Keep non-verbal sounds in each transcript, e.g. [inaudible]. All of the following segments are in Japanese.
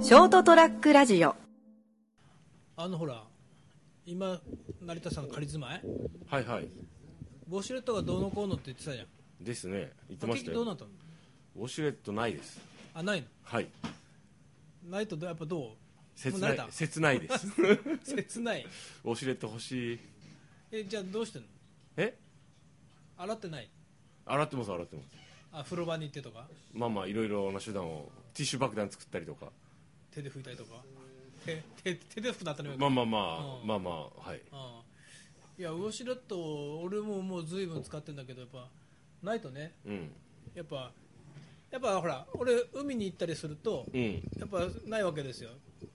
ショートトラックラジオあのほら今成田さん仮住まいはいはいウォシュレットがどうのこうのって言ってたじゃんですね言ってま結した局どうなよったのウォシュレットないですあないのはいないとどやっぱどうも切う慣なれいた切ないです [laughs] 切ないウォシュレット欲しいえじゃあどうしてんのえ洗ってない洗ってます洗ってますあ風呂場に行ってとかまあまあいろいろな手段をティッシュ爆弾作ったりとか手で拭いたりとか手手手で拭くなったのよ、まああまあまうあんまあまあはいあいやウォシュレット俺ももう随分使ってんだけどやっぱないとねうんやっぱやっぱほら俺海に行ったりすると、うんやっぱないわけですよ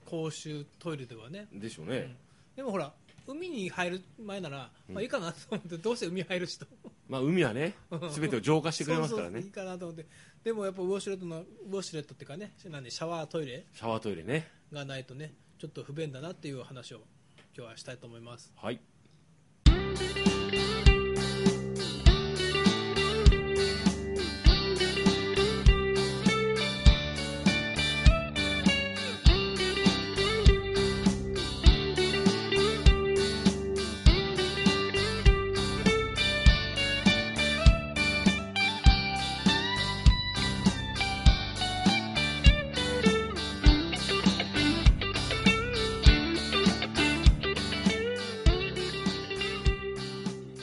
公衆トイレではねでしょうね、でもほら海に入る前なら、まあ、いいかなと思ってどうせ海入る人まあ海は [laughs] ね全てを浄化してくれますからそうそうねいいかなと思ってでもやっぱウォシュレットのウォシュレットっていうかねなんでシャワートイレシャワートイレねがないとねちょっと不便だなっていう話を今日はしたいと思いますはい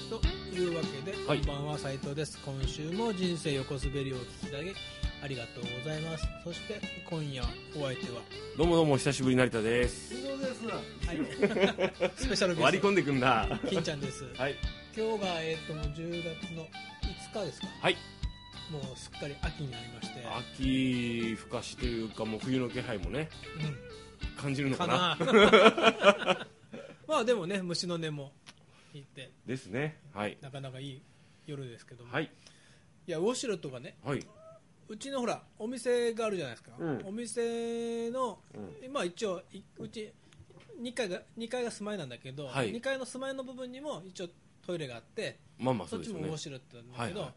というわけで、はいこんばんは斉藤です今週も人生横滑りをお聞きいただきありがとうございますそして今夜お相手はどうもどうも久しぶり成田です水道です。はい [laughs] スペシャルゲ割スり込んでくん [laughs] だト金ちゃんですはい今日が、えー、ともう10月の5日ですかはいもうすっかり秋になりまして、秋深しというかもう冬の気配もね感じうるのん、かかなな [laughs] まあでもね虫の音もいてですねはいなかなかいい夜ですけども、、はいいやウォシュレットがねはい、うちのほらお店があるじゃないですか、うんお店の、うまあ一応いうち2階が2階が住まいなんだけど、はい2階の住まいの部分にも一応トイレがあってまあまあそそうっでちすよもウねォシュレットなんだけど、はいはい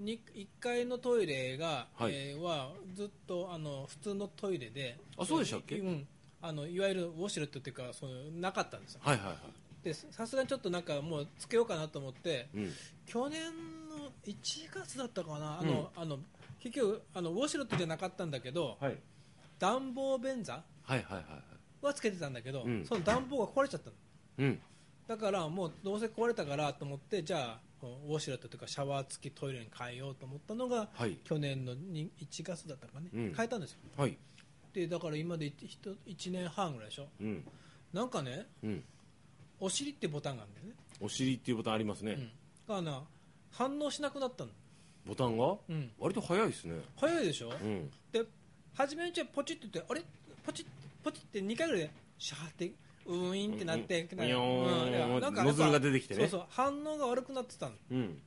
に1階のトイレが、はいえーはずっとあの普通のトイレであそうでしたっけうん、あのいわゆるウォシュレットっていうかそのなかったんですよはいはいはでさすがにちょっとなんかもうつけようかなと思ってい、うん、去年の1月だったかなあの、あの結局あのウォシュレットじゃなかったんだけど、はい暖房便座はいはいはいはつけてたんだけど、うんその暖房が壊れちゃったのうんだからもうどうせ壊れたからと思ってじゃあこうウォシュレットというかシャワー付きトイレに変えようと思ったのが、はい去年のに1月だったかね、うん変えたんですよはいでだから今で 1, 年半ぐらいでしょうんなんかねうんお尻ってボタンがあるんだよね、お尻っていうボタンありますね、うん、だからな反応しなくなったの、ボタンが、うん、割と早いですね早いでしょ、うんで初めのうちはポチッとってあれポチッポチッって2回ぐらいでシャーってウーンってなって、うんなにょーんいやなんかやっぱノズルが出てきてねそうそう反応が悪くなってたのうん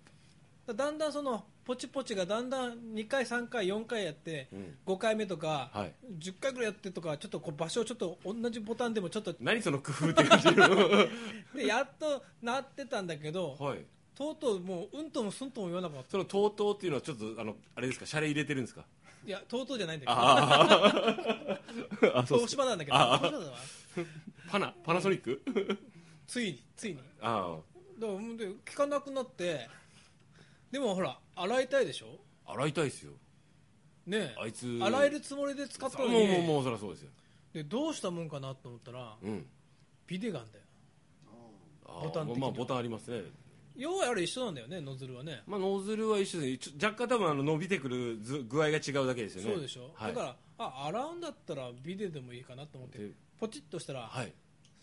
だだんだんそのポチポチがだんだん2回、3回、4回やって、うん5回目とか、はい10回ぐらいやってとかちょっとこう場所をちょっと同じボタンでもちょっと何その工夫って感じ [laughs] はでやっとなってたんだけど、いとうとうもううんともすんとも言わなかったその TOTO っていうのはちょっとあのあれですかシャレ入れてるんですかいやとうとうじゃないんだけどあ [laughs] ああそうっ東す芝なんだけどああ東芝だわパナパナソニックついについにだか [laughs] あらもうで聞かなくなってでもほら洗いたいでしょあ洗いたいですよねえあいつ洗えるつもりで使ったのもにうもうもうそりゃそうですよでどうしたもんかなと思ったらうんビデがあんだよあーボタン的にまあはボタンありますね要はあれ一緒なんだよねノズルはねまあ、ノズルは一緒ですねちょ若干多分あの伸びてくるず具合が違うだけですよねそうでしょ、はい、だからあ洗うんだったらビデでもいいかなと思ってでポチッとしたら、はい、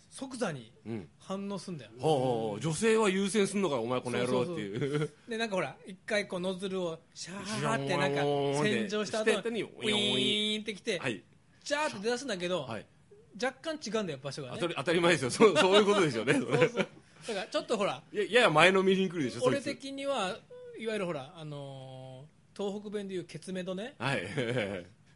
即座にうん反応すんだよほうほうほう女性は優先すんのかお前この野郎っていうでなんかほら一回こうノズルをシャーってジャなんかーンって洗浄した後した後にウィーンってきて、はい、ジャーって出だすんだけど、はい、若干違うんだよ場所がね当たり当たり前ですよそうそういうことですよね [laughs] そうそうだからちょっとほらいややや前のめりに来るでしょそ俺いつ的にはいわゆるほらあのー東北弁でいうケツメドね [laughs] はい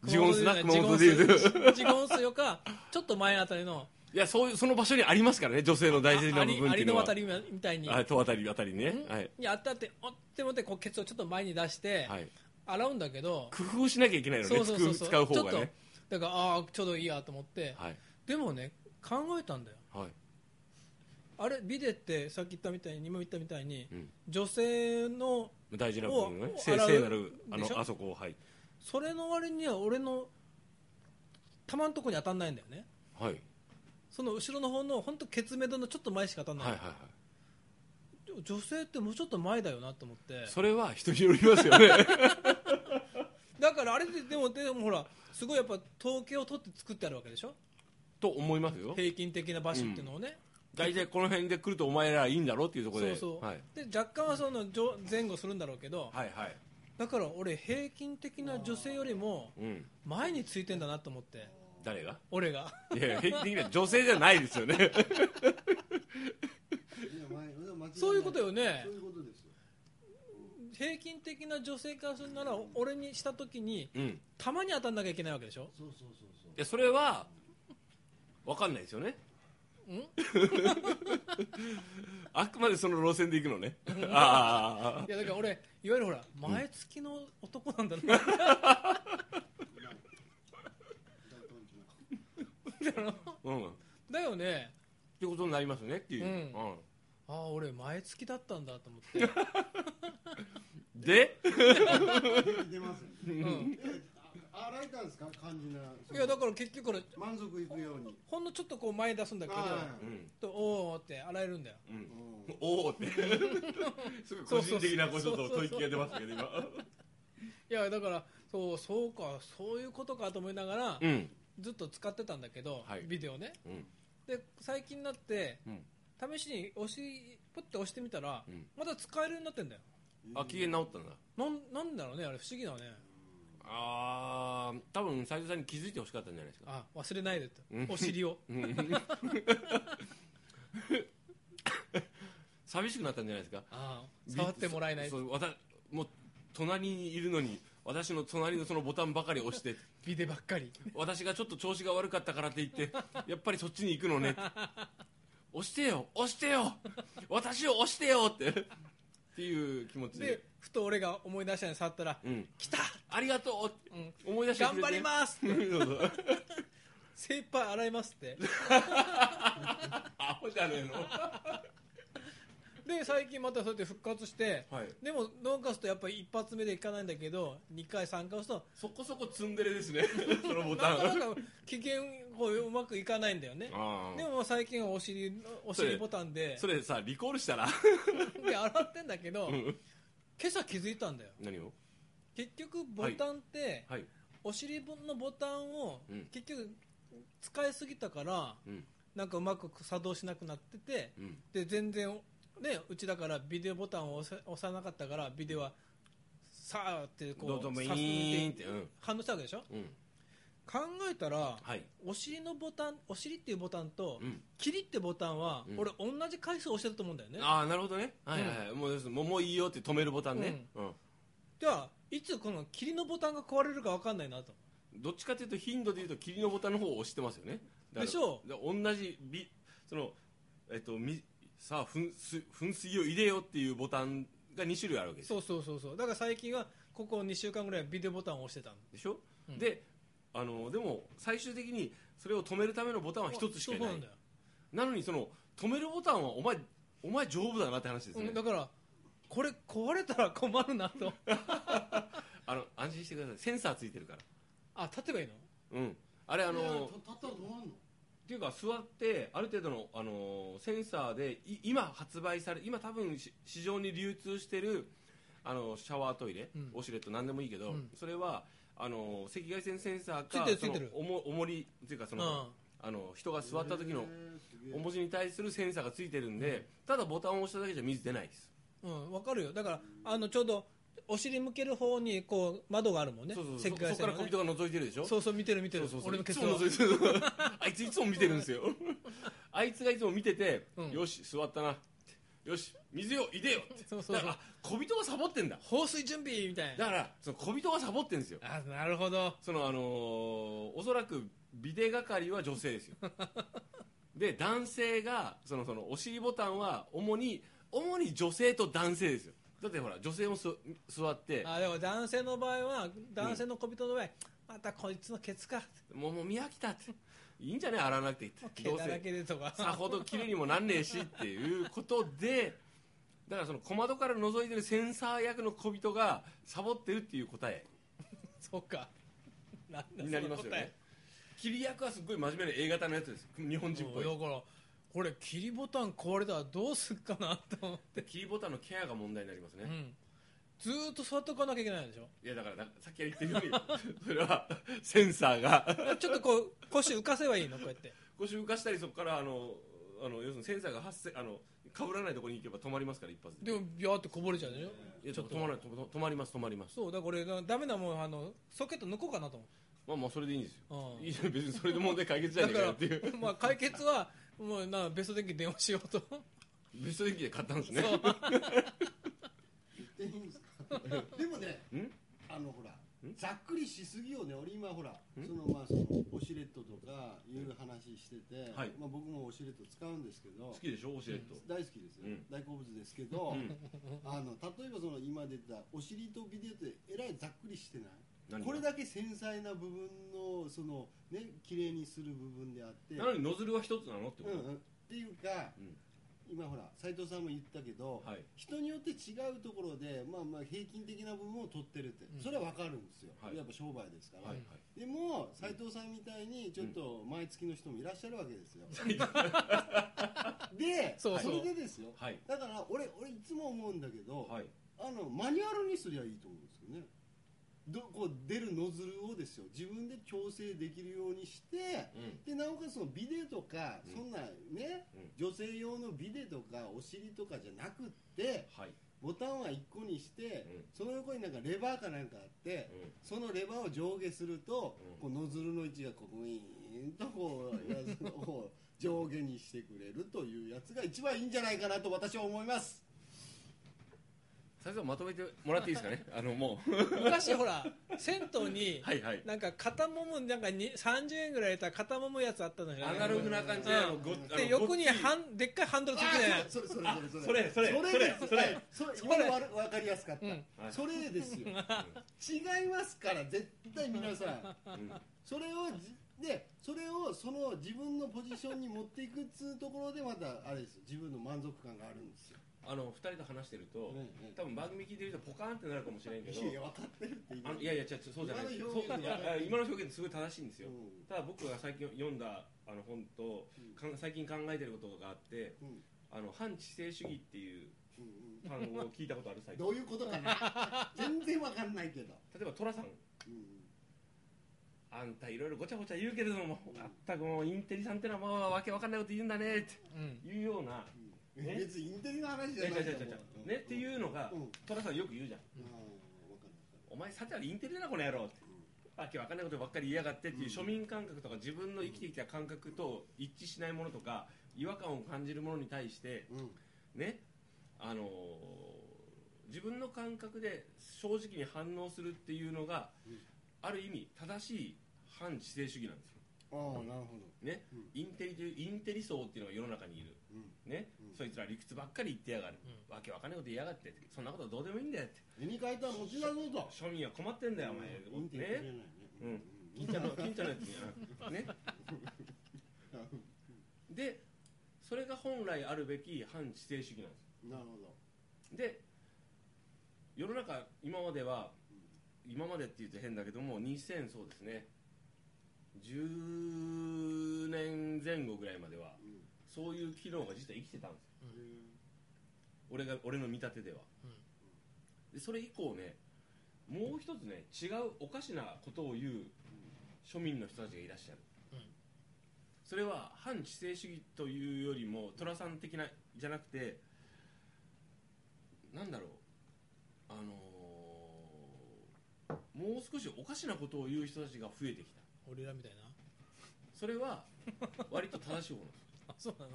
ジゴンスな熊本でジいゴンうスジゴンスよかちょっと前あたりの [laughs] いやそういうその場所にありますからね女性の大事な部分あっあてりいうののは渡りみたいにはいとあたりあたりねんはい、にあったっておって思ってこうケツをちょっと前に出してはい、洗うんだけど、工夫しなきゃいけないのねそうそうそうそう使う使うち方ょっがとねだからああちょうどいいやと思って、はいでもね考えたんだよはいあれビデってさっき言ったみたいに今言ったみたいに、うん女性の大事な部分をねお聖洗う聖なるあでしょのあそこをはいそれの割には俺の玉のとこに当たんないんだよねはいその後ろの方の本当ケツメドのちょっと前しか当たんない、はいはいは女性ってもうちょっと前だよなと思っていそれは人によりますよね [laughs] だからあれってでもでもほらすごいやっぱ統計を取って作ってあるわけでしょと思いますよ平均的な場所っていうのをね、大体この辺で来るとお前らいいんだろっていうところそでうそう、はいで若干はその上前後するんだろうけど、はいはいだから俺平均的な女性よりもうん前についてんだなと思って誰が俺がいやいや平均的には女性じゃないですよ [laughs] ねそういうことよねそういうことですよ平均的な女性からするなら俺にした時にうんいたまに当たんなきゃいけないわけでしょそうそうそうそうやそれは分かんないですよねん [laughs] あくまでその路線で行くのねああいやだから俺いわゆるほら前付きの男なんだな、大パンチなうんっだよねてことになりますねっていう、うんうんああ俺前付きだったんだと思 [laughs] って、で出てますよねうん、あ洗えたんですか肝心なそのいやだから結局これ満足いくようにほんのちょっとこう前に出すんだけどはうんとおーって洗えるんだようんうんおお [laughs] ってすごい個人的なこうちょっと吐息が出ますけどい今やだからそうそうかそういうことかと思いながら、うんずっと使ってたんだけど、はいビデオねうんで最近になってうん試しに押しポッて押してみたら、うんまだ使えるようになってんだよあ機嫌治ったんだなんなんだろうねあれ不思議だねああ多分斉藤さんに気づいてほしかったんじゃないですかあ忘れないでって [laughs] うんお尻を寂しくなったんじゃないですかあ触ってもらえないそうわたもう隣にいるのに私の隣のそのボタンばかり押 [laughs] してビデばっかり私がちょっと調子が悪かったからって言ってやっぱりそっちに行くのね押してよ押してよ私を押してよってっていう気持ちでで、ふと俺が思い出したのに触ったらうん、 「来たありがとうってうん思い出してく頑れて張ります!」って [laughs] そうそう精一杯洗いますってアホじゃねえので最近またそうやって復活してはいでもノーカスとやっぱり一発目でいかないんだけど2回3回押すとそこそこツンデレです [laughs] ねそのボタなンかなか機嫌こううまくいかないんだよねあーでももう最近はお尻のお尻ボタンでそれさリコールしたらで洗ってんだけど、うん今朝気づいたんだよ何を結局ボタンって、はいお尻のボタンをうん結局使いすぎたから、うんなんかうまく作動しなくなっててうんで全然ねうちだからビデオボタンを押せ押さなかったからビデオはさーってこうどうぞもいさすーんっってうん反応したわけでしょうん考えたらはいお尻のボタンお尻っていうボタンと、うんキリってボタンは、うん俺同じ回数押してると思うんだよねああなるほどねはいはいはいもうですもうもういいよって止めるボタンねうんじゃあいつこの霧のボタンが壊れるか分かんないなとどっちかというと頻度でいうと霧のボタンの方を押してますよねだからでしょだから同じびそのえっとみさあ噴水噴水を入れようっていうボタンが2種類あるわけですよそうそうそうそうだから最近はここ2週間ぐらいビデオボタンを押してたのでしょうんであのでも最終的にそれを止めるためのボタンは1つしかいそうななんいだよ、なのにその止めるボタンはお前お前丈夫だなって話ですね、うんだからこれ壊れたら困るなとあの安心してくださいセンサーついてるからあ立てばいいのうんあれあいやのたたったらどうなんのっていうか座ってある程度のあのセンサーでい今発売され今多分し市場に流通してるあのシャワートイレ、うんウォシュレット何でもいいけど、うんそれはあの赤外線センサーついかてるそのついてるおも重りっていうかその、うんあの人が座った時のへーすげえ重しに対するセンサーがついてるんで、ただボタンを押しただけじゃ水出ないです、うん分かるよだからあのちょうどお尻向ける方にこう窓があるもんねそうそう赤外そそ線のこから小ね人が覗いてるでしょそうそう見てる見てるそうそうそう俺のいケつツもを覗いてるあいついつも見てるんで [laughs] すよあいつがいつも見てて、うんよし座ったなよし水よいでよってそうそうそうだからあ小人がサボってんだ放水準備みたいなだからその小人がサボってんですよあなるほどそのあのーおそらくビデ係は女性です [laughs] よで男性がそのそのお尻ボタンは主に主に女性と男性ですよだってほら女性もす座ってあでも男性の場合は男性の小人の場合、またこいつのケツかもうもう見飽きたっていいんじゃね洗わなくてって毛どうだらせけでとかさほど綺麗にもなんねえしっていうことでだからその小窓から覗いてるセンサー役の小人がサボってるっていう答えそうかなんだになりますよね切り役はすっごい真面目な A 型のやつです日そ本の人っぽ答えいだからこれ切りボタン壊れたらどうすっかなと思って、切りボタンのケアが問題になりますね、うん、ずーっと座っておかなきゃいけないんでしょいやだからださっきから言ってるようにそれはセンサーが [laughs] ちょっとこう腰浮かせばいいのこうやって腰浮かしたりそこからあのあの要するにセンサーが発生あの被らないところに行けば止まりますから一発ででもビャーってこぼれちゃうでしょいやちょっと止まらない止ま止まります止まりますそうだから俺がダメなもんあのソケット抜こうかなとまあまあそれでいいんですよ思う、うんいいじゃん別にそれで問題解決じゃねえかよっていうまあ解決はもうなベスト電機電話しようとベスト駅で買ったんですねそう言っていいんですかでもねんあのほらんざっくりしすぎよね俺今ほらんそのまあそのオシレットとかいう話してて、はいまあ、僕もオシレット使うんですけ好どきでしょオシレット、大好きですよ、うん大好物ですけうど、んあの例えばその今出たお尻とビデオってえらいざっくりしてない何がこれだけ繊細な部分のそのね綺麗にする部分であってなのにノズルは一つなのってこうと、んうん、っていうか、うん今ほら斉藤さんも言ったけど、はい人によって違うところで、まあ、まあ平均的な部分を取ってるって、うんそれは分かるんですよ、はいやっぱ商売ですから、はいでも斉藤さんみたいにちょっと毎月の人もいらっしゃるわけですよ、はい [laughs] でそうそうれでですよはいだから俺俺いつも思うんだけど、はいあのマニュアルにすりゃいいと思うんですよねどこう出るノズルをですよ自分で調整できるようにしてうんでなおかつそのビデとか、うんそんなね、女性用のビデとかお尻とかじゃなくってはいボタンは1個にして、うんその横になんかレバーかなんかあって、うそのレバーを上下すると、うこうノズルの位置がこうグイーンとこうやつを上下にしてくれるというやつが一番いいんじゃないかなと私は思いますん先生まとめてもらっていいですか [laughs] ねあのもう昔ほら銭湯にはいはいなんか肩もむなんかに30円ぐらい入れたら肩もむやつあったのよアナログな感じでうんあのごあので横にごっついハンでっかいハンドルついてたやあんそれそれそそれれそれそれそれですそれはいそれれ今わるわかりやすかった、うんはいそれですよ違いますから絶対皆さんうんそれをじでそれをその自分のポジションに持っていくっつうところでまたあれですよ自分の満足感があるんですよ、あの二人と話してると、ねね多分番組聞いてる人ポカーンってなるかもしれんけどいや分かってるってあ言のいやいや違う違うそうじゃないですよそう今の表現いやいや今の表現ってすごい正しいんですよ、うただ僕が最近読んだあの本とうんかん最近考えてることがあってんうんあの反知性主義っていううんうん単語を聞いたことある最近どういうことかな全然わかんないけど、例えば寅さんあんたいろいろごちゃごちゃ言うけれども、うんあったくもうインテリさんってのはまあわけわかんないこと言うんだねってうんいうような、うんね別にインテリの話いじやゃ違うない違う違う違うねっていうのがうん寅さんよく言うじゃんうんわかんお前さてはインテリだなこの野郎って、わけわかんないことばっかり言いやがってっていう庶民感覚とか自分の生きてきた感覚と一致しないものとか違和感を感じるものに対してないうんねあのー自分の感覚で正直に反応するっていうのが、うんある意味正しい反知性主義なんですよああなるほどね、うんインテリというインテリ層っていうのが世の中にいるうんね、うんそいつら理屈ばっかり言ってやがる、わけわかんないこと言いやがってそんなことどうでもいいんだよって絵に描いたら持ち出そうと庶民は困ってんだよお前、インテリじゃないねねうん金ちゃんの金ちゃんのやつねねでそれが本来あるべき反知性主義なんでうんなるほどすで世の中今までは今までって言うと変だけども2000そうですね10年前後ぐらいまではうんそういう機能が実は生きてたんですようん俺が俺の見立てでは、でそれ以降ねもう一つね違うおかしなことを言う庶民の人たちがいらっしゃる、うんそれは反知性主義というよりも寅さん的なじゃなくてなんだろうあのーもう少しおかしなことを言う人たちが増えてきた俺らみたいなそれは割と正しい方なんですあそうなの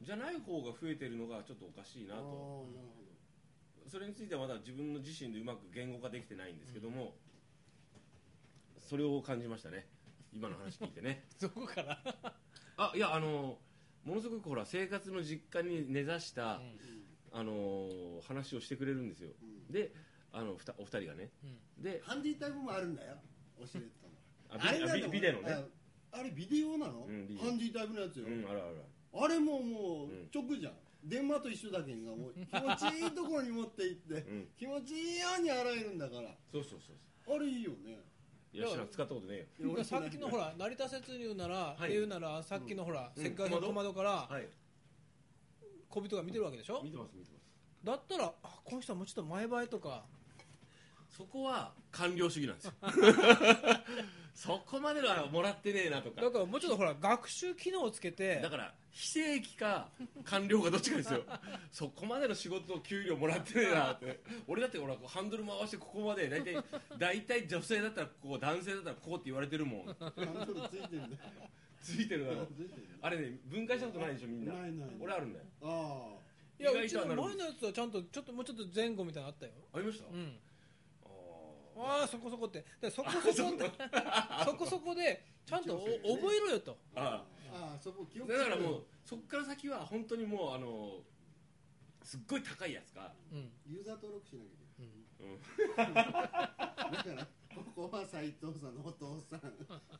うんじゃない方が増えてるのがちょっとおかしいなああなとるほどそれについてはまだ自分の自身でうまく言語化できてないんですけども、それを感じましたね今の話聞いて [laughs] ねどこからあいやあのものすごくほら生活の実家に根ざしたうんうんあのー話をしてくれるんですよ、うんであのふたお二人がねうんでハンディタイムもあるんだよ教えてたあのあれビなビのビデオねああれビデオなの、うんビデオハンディタイムのやつよ、うんあるあるあるあれももううん直じゃん、電話と一緒だけんがもう気持ちいいところに持って行って、うん気持ちいいように洗えるんだからそうそうそうあれいいよねいや知らん使ったことねえよだから [laughs] さっきのほら成田説言うなら、い言うならさっきのほら、うんせっかくの小窓小窓からはい小人が見てるわけでしょ、見てます見てますだったらあこの人はもうちょっと前映えとかそこは官僚主義なんですよ [laughs] そこまではもらってねえなとかだからもうちょっとほら学習機能をつけてだから非正規か官僚かどっちかです [laughs] よそこまでの仕事を給料もらってねえなって俺だってほらハンドル回してここまで大体大体女性だったらここ男性だったらここって言われてるもんハンドルついてるんだよついてるだろついてるよあれね分解したことないでしょみんなないない俺あるんだよあいや意外うちとのはな前るのやつはちゃんとちょっともうちょっと前後みたいなのあったよありました、うんあーああそこそこってでそこそこ [laughs] ってそこそこでちゃんとお覚えろよとああああそこ記ー憶だからもうそこから先は本当にもうあのすっごい高いやつかうんユーザー登録しなきゃいけないうんだからここは斉藤さんのお父さん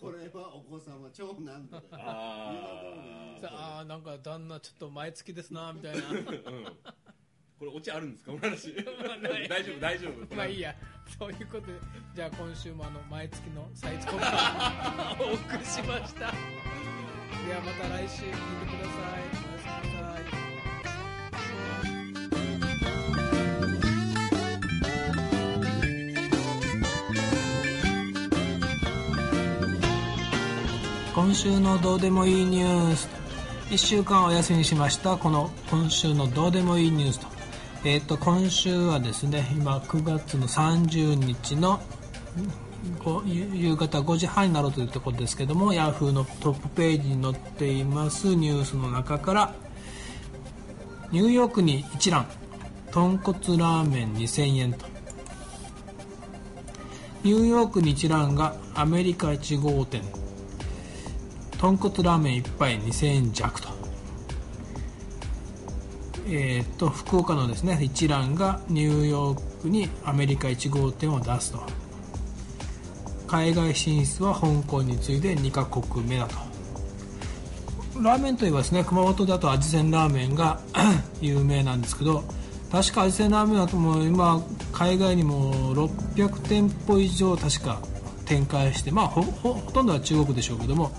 これはお子様長男とかあさああーなんか旦那ちょっと前付きですなみたい [laughs] なうんこれオチあるんですかこの [laughs] 話大丈夫大丈夫まあいいやそういうことでじゃあ今週もあの前付きのサイズコンパ [laughs] お送りしましたではまた来週聞いてくださいおやすみなさい今週のどうでもいいニュース1週間お休みしましたこの今週のどうでもいいニュースと,、えー、と今週はですね今9月の30日のこう夕夕方5時半になろうというところですけども Yahoo のトップページに載っていますニュースの中からニューヨークに一覧豚骨ラーメン2000円とニューヨークに一覧がアメリカ1号店豚骨ラーメン1杯2000円弱と,、えーっと福岡のですね一蘭がニューヨークにアメリカ1号店を出すと海外進出は香港に次いで2カ国目だとラーメンといえばですね熊本だと味仙ラーメンが [clears throat] 有名なんですけど確か味仙ラーメンだともう今海外にも600店舗以上確か展開してまあほほほとんどは中国でしょうけども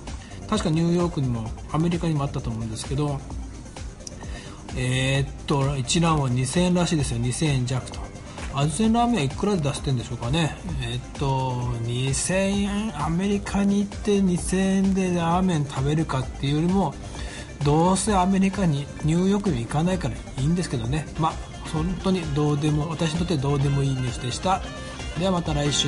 確かニューヨークにもアメリカにもあったと思うんですけどえーっと一覧は2000円らしいですよ2000円弱と味仙ラーメンはいくらで出してるんでしょうかねえーっと2000円アメリカに行って2000円でラーメン食べるかっていうよりもどうせアメリカにニューヨークに行かないからいいんですけどねまあ本当にどうでも私にとってどうでもいいニュースでしたではまた来週